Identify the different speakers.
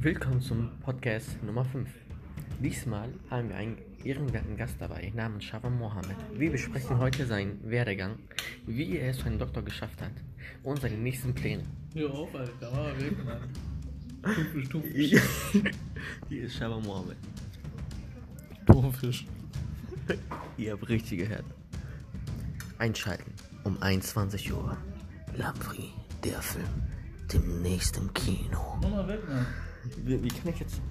Speaker 1: Willkommen zum Podcast Nummer 5. Diesmal haben wir einen ehrenwerten Gast dabei namens Shaban Mohammed. Wir besprechen heute seinen Werdegang, wie er es zu einem Doktor geschafft hat und seine nächsten Pläne.
Speaker 2: Hör auf, Alter, mach mal weg, Mann. Stumpfisch, stumpfisch.
Speaker 1: Hier ist Shaban Mohammed.
Speaker 2: Dorfisch.
Speaker 1: Ihr habt richtig gehört. Einschalten um 21 Uhr. Lamprey, der Film. Demnächst im Kino.
Speaker 2: Mach mal weg, Mann.
Speaker 1: Wie, wie kann ich jetzt.